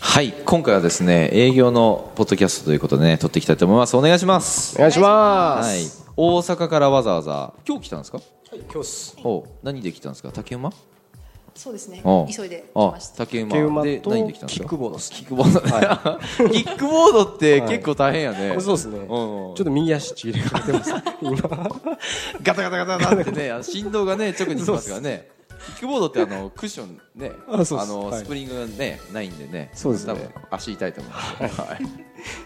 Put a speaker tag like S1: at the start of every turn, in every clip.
S1: はい今回はですね営業のポッドキャストということでね撮っていきたいと思いますお願いします
S2: お願いしま
S1: はい
S2: す。
S1: 大阪からわざわざ今日来たんですか
S2: 今日す。
S1: お何で来たんですか竹馬
S3: そうですね
S1: お。
S3: 急いで来
S1: あ
S3: ました。
S1: 竹馬
S2: 竹馬
S1: で
S2: と
S1: 何で来たんです
S2: キ
S1: か
S2: ックボードです。
S1: キックボード、キックボードって結構大変やね、
S2: そうですね。ち
S1: う
S2: ょ
S1: ん
S2: っと右足ちぎれかけてます。
S1: ガタガタガタガタってねあの振動がね直にきますからねキックボードってあのクッションね
S2: あそうです
S1: の、
S2: はい
S1: スプリングがねないんでね
S2: そうですね
S1: 多分足痛いと思うんですよはい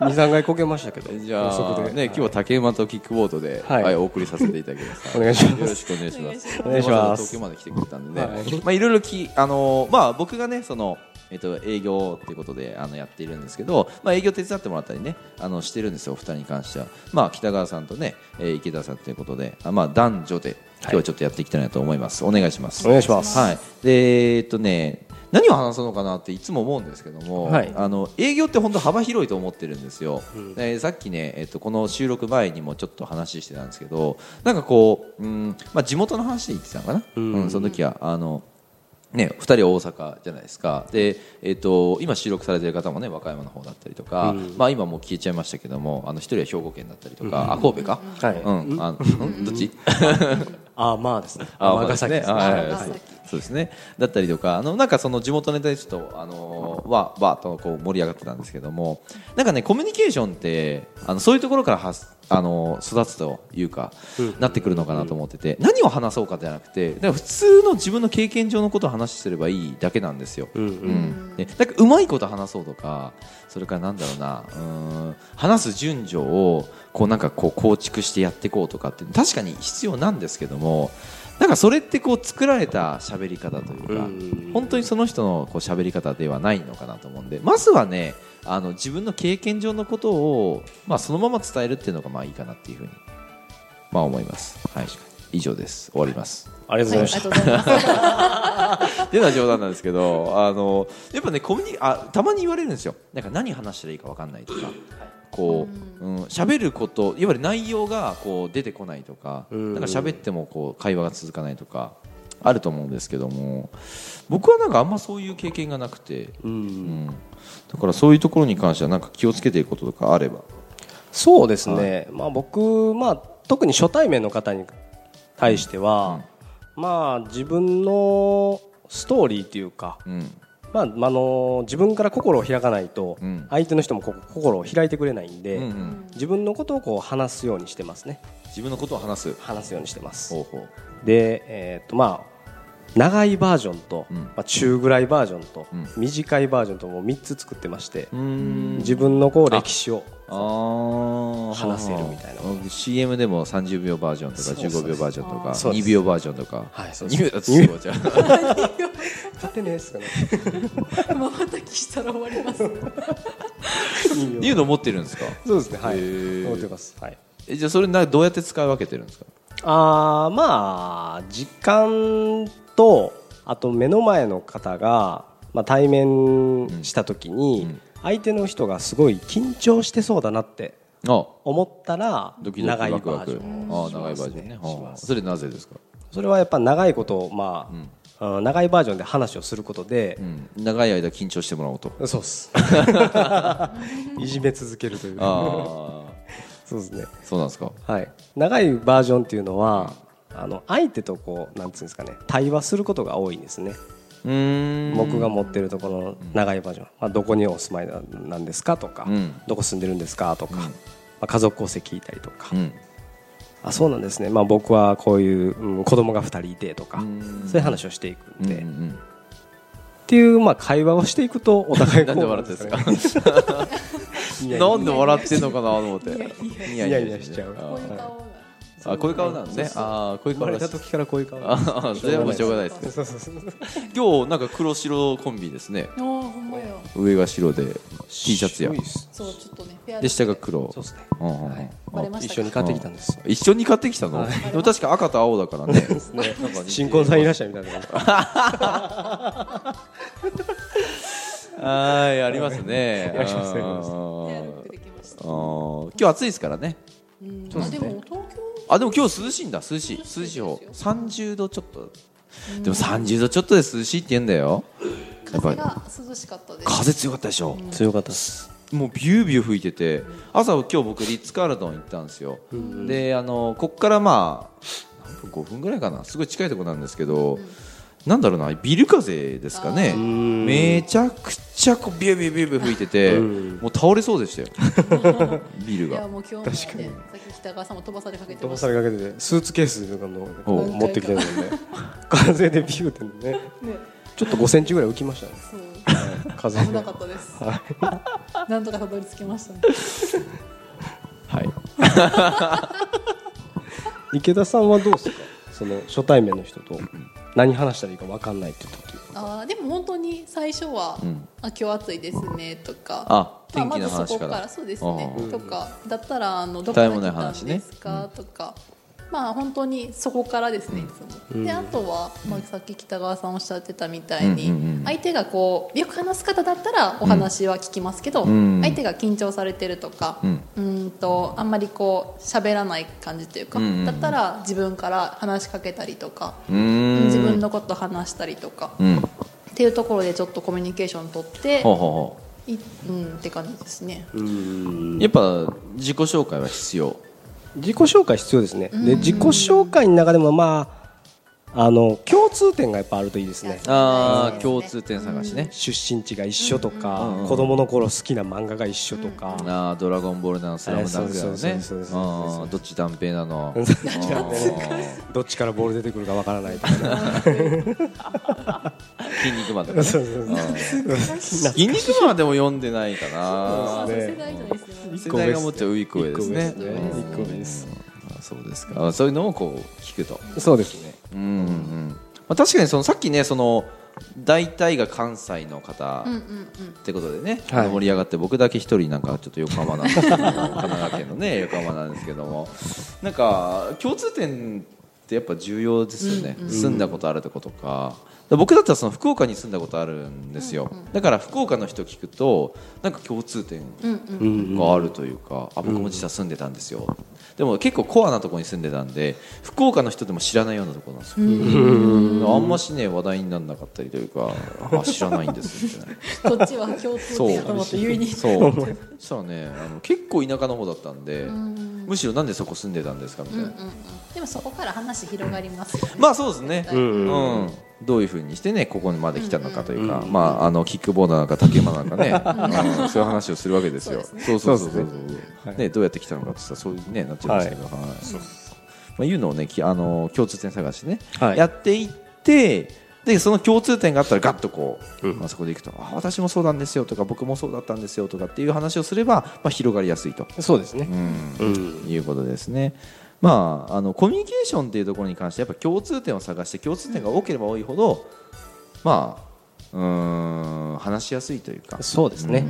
S2: 二三回こけましたけど。
S1: じゃ
S2: 高
S1: あ
S2: 速で
S1: ね今日は竹馬とキックボードで、は
S2: はいい
S1: お送りさせていただきます。
S2: お願いします
S1: よろしくお願いします。
S2: お願いします
S1: わざわざ東京まで来てくれたんでね。
S2: はいい、
S1: まあいろいろきあのーまあ僕がねそのえっと営業っていうことであのやっているんですけど、まあ営業手伝ってもらったりねあのしてるんですよお二人に関しては。まあ北川さんとね、えー池田さんということで、あまあ男女で今日はちょっとやっていきたいなと思います。お願いします。
S2: お願いします
S1: はい。でえっとね。何を話そうのかなっていつも思うんですけども、
S2: はい
S1: あの営業って本当幅広いと思ってるんですよ、えーさっきね、えっとこの収録前にもちょっと話してたんですけどなんかこう、うんまあ、地元の話で言ってたのかな、うん
S2: ん
S1: その時はあの、ね、2人は大阪じゃないですかで、えっと今収録されてる方もね和歌山の方だったりとか、
S2: うん
S1: まあ、今もう消えちゃいましたけどもあの1人は兵庫県だったりとか、あ神戸か、
S2: はい。
S1: うんあうん、どっち
S2: あーまあですね。
S1: あまあ
S2: 尼崎ですね。
S1: はいはいはいそう
S3: 尼崎
S1: そうですねだったりとかあのなんかその地元ネタでちょっとあのーわわっとこう盛り上がってたんですけどもなんかねコミュニケーションってあのそういうところからはすあのー育つというか、なってくるのかなと思ってて、何を話そうかじゃなくてだから普通の自分の経験上のことを話すればいいだけなんですよ。
S2: うんう。
S1: うんん、でなんかうまいこと話そうとかそれからなんだろうなうーん話す順序をこうなんかこう構築してやっていこうとかって確かに必要なんですけどもなんかそれってこう作られた喋り方というか、
S2: うん
S1: 本当にその人のこう喋り方ではないのかなと思うんでまずはねあの自分の経験上のことを、まあ、そのまま伝えるっていうのがまあいいかなっていうふうに、まあ、思います。はい以上です終わります
S2: ありがとうござい
S3: は
S2: ま
S3: いありが
S2: した
S3: とう。ございます。
S1: っていうのは冗談なんですけどあのやっぱねコミュニあたまに言われるんですよなんか何話したらいいか分かんないとか、こう、うん、喋ることいわゆる内容がこう出てこないとか、
S2: うん
S1: なんか喋ってもこう会話が続かないとかあると思うんですけども僕はなんかあんまそういう経験がなくて、う
S2: う。
S1: んん、だからそういうところに関してはなんか気をつけていることとかあれば
S2: そうですね。まあ僕まあ特に初対面の方に対しては、まあ自分のストーリーというか。
S1: うん
S2: まあ、あの自分から心を開かないと、
S1: うん
S2: 相手の人もこ心を開いてくれないんで、
S1: うんうん、
S2: 自分のことをこう話すようにしてますね
S1: 自分のことを話す
S2: 話すようにしてます
S1: 方法
S2: で、えーっとまあ、長いバージョンと、
S1: うん
S2: まあ、中ぐらいバージョンと、
S1: うん
S2: 短いバージョンともう3つ作ってまして、
S1: うん
S2: 自分のこう歴史を
S1: あー
S2: 話せるみたいな
S1: あ CM でも30秒バージョンとか
S2: そうそうそう
S1: 15秒バージョンとか
S2: そうです
S1: 2秒バージョンとか
S2: はいそうです
S1: 2秒だと すごいじゃん
S2: 勝てねえですかね
S3: まばたきしたら終わります。
S1: いうの持ってるんですか
S2: そうですねはい
S1: へー
S2: 思ってます、はい、
S1: えじゃあそれなどうやって使い分けてるんですか
S2: あーまあ時間とあと目の前の方が、まあ、対面した時に、
S1: うんうん
S2: 相手の人がすごい緊張してそうだなって
S1: あ
S2: 思ったら
S1: ドキドキ
S2: 長いバ
S1: ワクワ
S2: ージ
S1: ク
S2: ョン
S1: あ
S2: を
S1: ー
S2: し
S1: 長いバー
S2: ま
S1: ジ
S2: す
S1: ョンね
S2: ね
S1: はあ
S2: します
S1: それなぜですか、
S2: それはやっぱ長いことをまあ、うん長いバージョンで話をすることで
S1: う、ん、長い間緊張してもらおうと
S2: そうっす いじめ続けるという
S1: ああ
S2: そうですね
S1: そうなんですか
S2: はい長いバージョンっていうのはあの相手とこうなんていうんですかね対話することが多いんですね
S1: うーん
S2: 僕が持ってるところの長いバージョン、まあ、どこにお住まいななんですかとか、
S1: うん
S2: どこ住んでるんですかと
S1: う
S2: か、
S1: ん
S2: まあ、家族構成聞いたりとか、
S1: うん
S2: あそうなんですね、まあ、僕はこういう、うん、子供が2人いてとか、
S1: うん
S2: そういう話をしていくんで、
S1: うんう
S2: っ
S1: ん
S2: ていう、まあ、会話をしていくと お互い
S1: なんで笑ってんすか
S2: こうですかね いやいや
S1: なんで笑ってんのかなと思ってニ
S3: ニ
S2: ヤニヤしちゃう
S1: あ
S3: こういう
S1: ー
S3: 顔が。
S1: あこういう顔なんですねああこういう
S2: 生
S1: 顔
S2: ま
S1: ら
S2: れ
S1: しい
S2: た時からこういう顔
S1: ああそれはもうしょうがないですね
S2: そうそうそう
S1: 今日なんか黒白コンビですね
S3: ああ、ほんまや。
S1: 上が白で T シャツや
S2: 白いっす
S3: そう、ちょっとね、ペア
S1: で下が黒
S2: そうですね
S1: うんうんうん
S2: はい
S3: バレました
S2: 一
S3: か
S2: 緒に買ってきたんですよ
S1: 一緒に買ってきたの
S2: はい
S1: でも確か赤と青だから ねなんか似てる
S2: 新婚さんいらっしゃるみたいな
S1: はいありますね
S2: いらっしゃいますね
S1: あ
S3: ペア
S1: ー
S3: ルックできまし
S1: あ
S3: た。
S1: ー今日暑いですからね
S3: うん、
S1: そうで
S3: あ、
S1: すね
S3: でも、東京。
S1: あでも今日涼しいんだ涼しい涼しい方30度ちょっとでも30度ちょっとで涼しいって言うんだよ
S3: 風が涼しかったです。
S1: 風強かったでしょ、
S2: 強かったです
S1: もうビュービュー吹いてて朝今日僕リッツ・カールトン行ったんですよ、であのこっからまあ何分5分ぐらいかなすごい近いところなんですけど、なんだろうなビル風ですかね
S3: あー
S2: ん
S1: めちゃくちゃこうビュービュービュービュー吹いてて、
S2: うん
S1: もう倒れそうでしたよ ビル
S3: いや
S1: が
S3: もう今日もね、さ
S2: 確かに
S3: っき北川さんも飛ばされかけて
S2: 飛
S3: ま
S2: ば
S3: した
S2: されかけててスーツケースとかの
S1: おう
S2: 持ってき てるもんね風でビューってね
S3: ね。
S2: ちょっと5センチぐらい浮きました ね
S3: そう。
S2: 風
S3: 危
S2: で
S3: なかったです。 なんとかたどり着きましたね。
S1: はい
S2: 池田さんはどうですかその初対面の人と何話したらいいか分かんないって時
S3: ああでも本当に最初は、
S1: うん
S3: あ今日暑いですねとか
S1: あ
S3: まあ、
S1: 天気の
S3: まずそこ
S1: 話から
S3: そうですね
S1: あ
S2: あ
S3: とかだったらあのど
S1: た
S3: こか
S1: わい
S3: に
S1: も
S3: 来
S1: ない
S3: た
S1: 話
S3: ん
S1: ね
S3: ですか、とかまあ本当にそこからですねいつも、
S2: うん
S3: であとは、まあ、さっき北川さんおっしゃってたみたい
S1: うん
S3: に、
S1: うんうん
S3: 相手がこうよく話す方だったらお話は聞きますけど、
S1: うん
S3: 相手が緊張されてるとか、
S1: うん
S3: うんとあんまりこう喋らない感じというか、
S1: うんうんうん
S3: だったら自分から話しかけたりとか、
S1: うーん
S3: 自分のこと話したりとか、
S1: うんほ
S3: っていうところでちょっとコミュニケーション取って
S1: うほうほう
S3: いうんって感じですね。
S2: うん
S1: やっぱ自己紹介は必要
S2: 自己紹介必要ですねで自己紹介の中でもまああの共通点がやっぱあるといいですね
S1: ああ、
S3: そう
S1: 共
S3: で
S1: 通
S3: す
S1: 点探しね、
S2: 出身地が一緒とか、
S1: うんうん
S2: 子供の頃好きな漫画が一緒とか、
S1: ああドラゴンボールなのスラムダンクなの
S2: あそう
S1: ね
S2: ですそうですそうです
S1: あーどっち断平な の
S2: どっち断平
S1: あー
S2: どっちからボール出てくるかわからないとか、ね、
S1: 筋肉マンとか
S2: そう
S1: ね
S2: そうそう
S1: 筋肉マンはでも読んでないかな
S3: あ
S2: そうですね
S3: 世代じゃないですね。
S1: 世代がもっとウィークウェイですね
S2: 一個上ですね
S1: うん
S2: 一個上です
S1: あそうですかあそういうのをこう聞くと
S2: そうですね
S1: うんうんうんまあ確かにそのさっきねその大体が関西の方
S3: うんうんうん。
S1: ってことでね、
S2: はい
S1: 盛り上がって僕だけ一人なんかちょっと横浜なんですけど神奈川県 のね横浜なんですけどもなんか共通点ってやっぱ重要ですよね、住んだことあるとことかで僕だったらその福岡に住んだことあるんですよ、だから福岡の人聞くとなんか共通点
S3: うんうん、
S2: うん
S1: があるというか、あ僕も実は住んでたんですよ、でも結構コアなところに住んでたんで福岡の人でも知らないようなところなんですよ、あんましね話題にならなかったりというかあ知らないんですみたいな。
S3: こっちは共通点だと思って言いに
S1: そうそしたらねあの結構田舎の方だったんで
S3: ん
S1: むしろなんでそこ住んでたんですかみたいな、
S3: うんうん、でもそこから話広がりますよね。
S1: まあそうですね、
S3: う
S1: うん
S3: ん
S1: どういうふうにしてねここまで来たのかというか、まあ、あのキックボードなんか竹馬なんか ね、うんそういう話をするわけですよ
S3: そう
S1: そうそうそうそう
S2: そうですねはい
S1: ねどうやって来たのかってさそういうねなっちゃいましたけど、はいまあ、いうのをねきあの共通点探しね、
S2: はい
S1: やっていってでその共通点があったらガッとこう、まあ、そこでいくとあ私もそうなんですよとか僕もそうだったんですよとかっていう話をすれば、まあ、広がりやすいと、
S2: そうですね、
S1: うん
S2: うん
S1: いうことですね。まあ、あのコミュニケーションっていうところに関してやっぱ共通点を探して共通点が多ければ多いほど、まあ、うーん話しやすいというか、
S2: そうですね、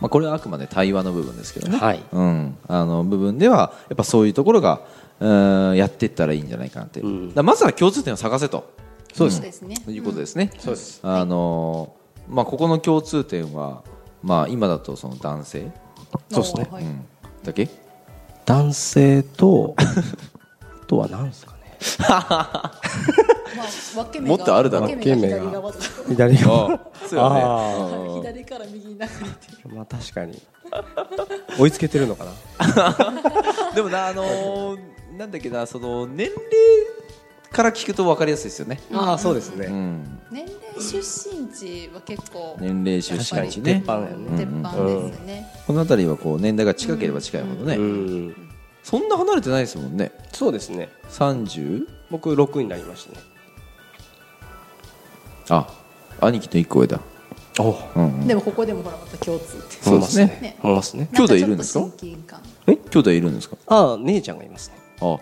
S1: まあ、これはあくまで対話の部分ですけどね、
S2: はい
S1: うん、あの部分ではやっぱそういうところがうーんやっていったらいいんじゃないかなって、
S2: うん
S1: だからまずは共通点を探せと
S2: そう
S3: そうですね。
S1: いうことですね。
S2: そうです
S1: あのーまあ、ここの共通点は、まあ、今だとその男性、
S2: そうですね
S3: おーは
S1: う
S3: い
S1: ん、だけ
S2: 男性とあとは何ですかね
S3: まあ、分け目
S1: もっとあるだろ
S3: 分け目が左側とか
S2: 左側
S1: あ そうよね
S2: あ
S1: うん
S3: 左から右に流れてる。
S2: まあ確かに追いつけてるのかな
S1: でもな、あのーなんだっけな、その年齢から聞くと分かりやすいですよね。
S2: ああそうですね、
S1: うん、
S3: 年齢出身地は結構、
S1: 年齢出
S2: 確か
S1: 身
S2: に
S1: 地
S2: 鉄
S1: ね。
S2: 板だよね
S3: 鉄板ですね。
S1: この辺りはこう年代が近ければ近いほどね、
S2: うん
S1: そんな離れてないですもんね。
S2: そうですね
S1: 三十？
S2: 僕6になりましたね
S1: あ、兄貴と一個上だ。
S2: お
S1: うんうん
S3: でもここでもほらまた共通点。
S1: そうですね。
S3: ね
S2: 思いますね
S1: 兄弟いるんですか
S3: なんちょっと親近感
S1: 兄弟いるんですか。
S2: ああ姉ちゃんがいますね
S1: あ、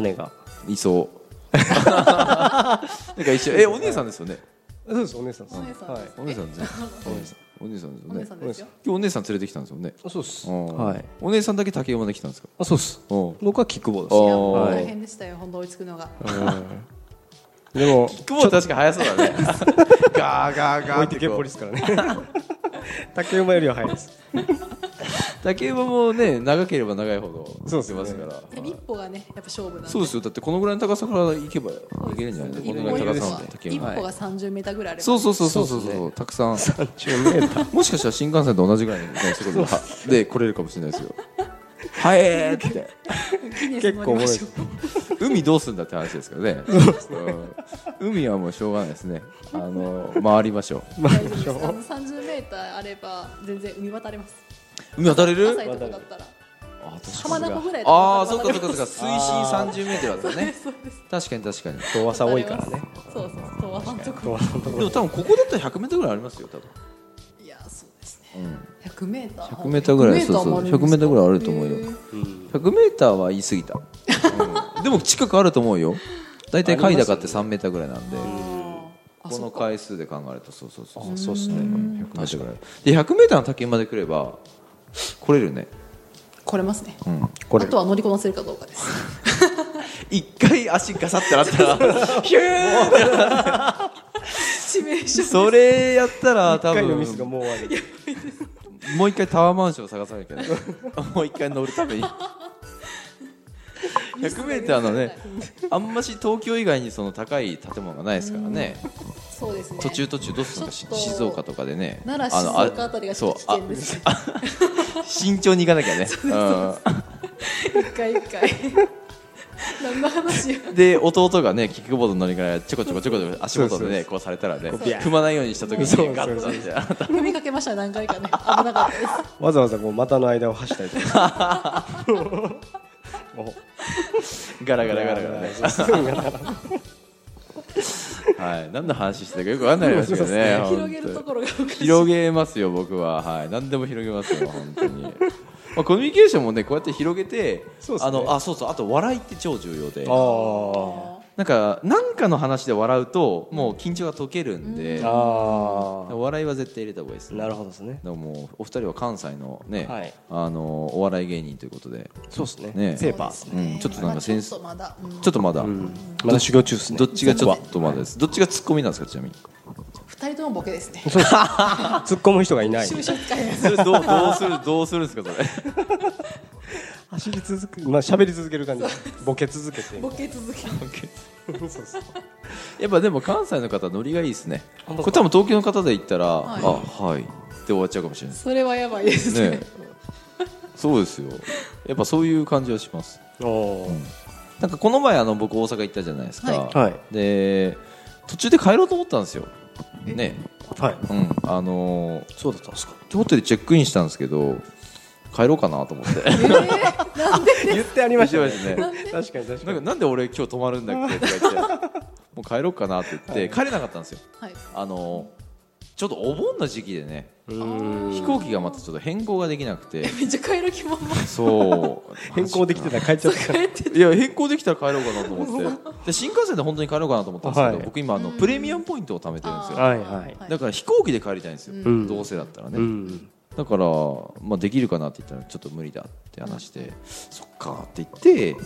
S2: 姉が
S1: いそう。 なんか一緒。え、お姉さんですよね。
S2: そうですお姉さんです
S3: お姉さんです
S1: お姉さんですよね。お姉さんですよ
S3: お
S1: ね
S3: 姉さ。んですよ。
S1: 今日お姉さん連れてきたんですよね。
S2: あそうです
S1: うん
S2: はい
S1: お姉さんだけ竹馬で来たんですか。
S2: あそうです
S1: うん
S2: 僕はキックボー
S1: お
S2: ド
S3: い
S1: ー
S3: やもう
S2: はい
S3: 大変でしたよ、本当追いつくのが。
S2: です でも
S1: キックボード確かに速そうだね。 ガーガーガー
S2: 置
S1: っ
S2: い
S1: て
S2: て
S1: こ
S2: け
S1: う
S2: ぼりですからね 竹馬よりは早いです
S1: 竹馬もね長ければ長いほど
S2: そうですね
S1: 出ますから。
S3: 一歩ががねやっぱ勝負なんで
S1: そうですよだってこのぐらいの高さから行けば行けるんじゃないですか
S3: 一
S1: この
S3: 歩
S1: ぐらいの高さ
S3: が
S1: まで行け
S3: 一
S1: ば
S3: 歩が30メーターぐらいあれば
S1: そうそうそうそうそう
S2: そうです
S1: そうたく さん
S2: 10メーター
S1: もしかしたら新幹線と同じぐらいの速度で来れるかもしれないですよはいえーって
S3: ギネス乗りましょう
S1: 海どうすんだって話ですけどね、うん海はもうしょうがないですねあの回りましょう
S3: 大丈夫ですあの30メーターあれば全然海渡れます
S1: 海渡れる
S3: 浅いとこだったら
S1: あ
S3: 浜名湖ぐらいだ
S1: ああ
S3: った
S1: そう
S3: ら
S1: かそ
S3: 渡れ
S1: うかそう
S3: ま
S1: か水
S3: す
S1: 深30メートルだったね
S3: そうです
S1: 確かに確かに
S2: 遠浅多いからね
S3: そうそうそう遠浅のとこ
S2: 遠浅のとこ
S1: でも多分ここだったら100メートルぐらいありますよ多分
S3: いやそうですね
S1: うん
S3: 100メーター
S1: 100メーターぐらいそうそう100メーターぐらいあると思うよ
S2: うん
S1: 100メーターは言い過ぎた、うんでも近くあると思うよ大体海高って3メーターぐらいなんで、この回数で考えるとそうそうそうそうそうですね100メーターぐらいで100メーターの滝まで来れば来れるね
S3: これますね
S1: うん
S2: こ
S3: あ
S2: れ
S3: とは乗りこなせるかどうかです
S1: 一回足ガサってなったら
S3: 致命傷
S1: それやったら多
S2: 1回
S1: 分
S2: のミスがもう終わり
S1: もう一回タワーマンションを探さなきゃいけない もう一回乗るために 100m のねあんまし東京以外にその高い建物がないですからね、
S3: そうですね
S1: 途中途中どうするのかし
S3: ちょっと
S1: 静岡とかでね
S3: 奈良
S1: あのあ
S3: 静岡あたりがちょっと危険です
S1: そうあ慎重に行かなきゃね
S3: 一回一回 何の話や
S1: うんで弟がねキックボード乗りながらちょこちょこちょこちょこ足元でねこうされたらね
S2: こうビャー
S1: 踏まないようにした時
S2: そうそ
S1: に
S2: う
S1: ガッとなっちゃう
S3: 踏みかけましたね何回 かね危なかったです
S2: わざわざこう股の間を 走ったりとかも
S1: ガラ
S2: う
S1: ガラガラガ ラね
S2: ラ
S1: はい何の話してたかよくわかんないですけどね
S3: 広げるところがおかしい
S1: 広げますよ僕は、はい、何でも広げますよ本当に、まあ、コミュニケーションもねこうやって広げて
S2: そうっすね
S1: あのあそうそうあと笑いって超重要で
S2: あ
S1: なんかなんかの話で笑うともう緊張が解けるんで、
S2: ああ
S1: 笑いは絶対入れた方がいいです
S2: あなるほどですね
S1: どもお二人は関西のね、
S2: はい
S1: あのお笑い芸人ということで、
S2: そうですね
S1: ね
S2: ペーパー
S3: そう
S1: うん、ちょっとなんかセ
S3: で
S1: ン
S3: す
S1: ス
S3: ねまあちょっとまだうん
S1: ちょっとまだ、
S2: うんまだ修行中ですね
S1: どっちがちょっとまだですどっちがツッコミなんですかちなみに
S3: 二人ともボケですね
S2: 突っ込む人がいない
S3: 就職会です
S1: それどうどうするどうするんですかそれ
S2: 走り続くまあ喋り続ける感じボケ続けて
S3: ボケ続け
S2: そうそう
S1: やっぱでも関西の方ノリがいいですね
S2: 本
S1: こ
S2: 当
S1: れ多分東京の方で言ったら、
S3: はい
S1: あはいって終わっちゃうかもしれないです
S3: それはやばいですね
S1: ねそうですよやっぱそういう感じはします
S2: おー
S1: なんかこの前あの僕大阪行ったじゃないですか、
S2: はいはい
S1: で途中で帰ろうと思ったんですよね
S2: はい
S1: うんあのー
S2: そうだったんですか
S1: ホテルチェックインしたんですけど帰ろうかなと思って
S3: えーなんで
S2: 言ってありました
S1: 言って
S2: ね
S1: まし
S2: 確かに
S1: な
S2: 確か
S1: んか
S2: に
S1: なんで俺今日泊まるんだっけとか言ってもう帰ろうかなって言って帰れなかったんですよ
S3: はい
S1: あのーちょっとお盆の時期でね
S2: うーん
S1: 飛行機がまたちょっと変更ができなくて
S3: めっちゃ帰る気満々
S1: そう
S2: 変更できてたら帰っちゃったから
S1: いや変更できたら帰ろうかなと思ってで新幹線で本当に帰ろうかなと思ったんですけど、
S2: はい
S1: 僕今あのプレミアムポイントを貯めてるんですよ
S2: あはいはい
S1: だから飛行機で帰りたいんですよ、
S3: うん
S1: どうせだったらね、
S2: うん
S1: だから、まあ、できるかなって言ったらちょっと無理だって話して、そっかって言って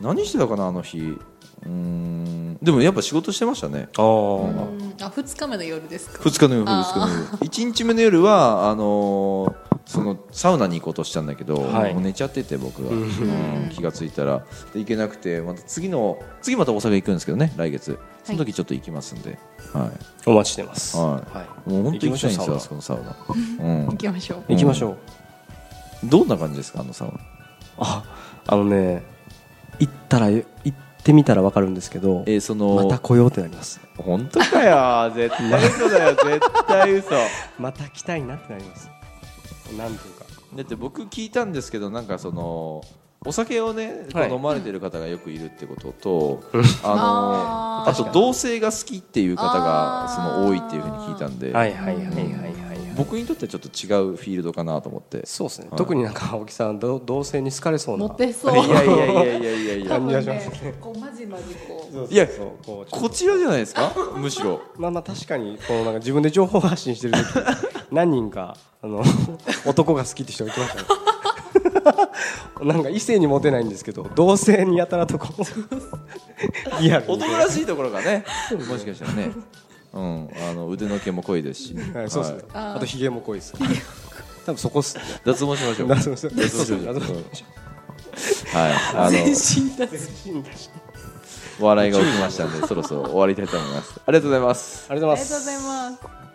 S1: 何してたかなあの日うーんでもやっぱ仕事してましたね
S2: ああ
S3: うんあ二日目の夜ですか
S1: 2日の夜
S3: あー
S1: 2日の夜1日目の夜はあのーそのサウナに行こうとしたんだけど、
S2: はい
S1: もう寝ちゃってて僕が、
S2: うん
S1: うん気がついたらで行けなくてまた次の次また大阪行くんですけどね来月その時ちょっと行きますんで、は
S2: お待ちしてます。
S1: はいい、もう本当に行きたいんですよあそこのサウナ、う
S3: 行
S1: ん、
S3: きましょう
S1: 行
S2: 行
S1: き
S2: き
S1: ま
S2: ま
S1: し
S2: し
S1: ょ
S2: ょ
S1: う
S2: う。
S1: どんな感じですかあのサウナ
S2: あ、あのね、行ったら行ってみたらわかるんですけど、
S1: えーその
S2: また来ようってなります。
S1: 本当かよ絶対嘘だよ絶対嘘だ
S2: また来たいなってなります。なんというか。
S1: って僕聞いたんですけどなんかそのお酒をね、こう
S2: はい
S1: 飲まれてる方がよくいるってことと、
S2: うん
S1: あの
S3: あー
S1: あと同性が好きっていう方が
S3: あー
S1: その多いっていうふうに聞いたんで、
S2: はいはいはいはいはいはい。
S1: 僕にとってはちょっと違うフィールドかなと思って
S2: そうですね
S1: は。い
S2: 特になんか青木さん ど同性に好かれそうな。
S3: モテそう
S1: いやいやいやいやいやい
S3: 多
S1: や
S2: 感
S3: 分
S2: じがし
S3: ね
S2: ます
S3: こうまじまじこう
S2: そうそうそう
S1: いや
S2: こうちょっ
S1: こちらじゃないです かむしろ
S2: とまあまあ確かにこのなんか自分で情報発信し てる時何人かあの 男が好きって人が来ましたね。 なんか異性にモテないんですけど同性にやたらとこ うリアルに
S1: 男らしいところがねもしかしたらね、うん、あの腕の毛も濃いですし、
S2: はい、そうで
S1: は
S2: すね。
S1: い
S3: あー
S2: あとヒゲも濃いです。多分そこっすね。
S1: 脱毛しましょう
S2: 脱毛しましょう
S1: 脱毛しましょう
S2: 脱毛しましょ
S1: はい、あ
S3: 全
S1: の
S3: 身脱
S1: 笑いが起きましたんでそろそろ終わりたいと思いますありがとうございます
S2: ありがとう
S3: あ
S2: ご
S3: り
S2: ざ
S3: が
S2: い
S3: とう
S2: ま
S3: ご
S2: す
S3: ざいます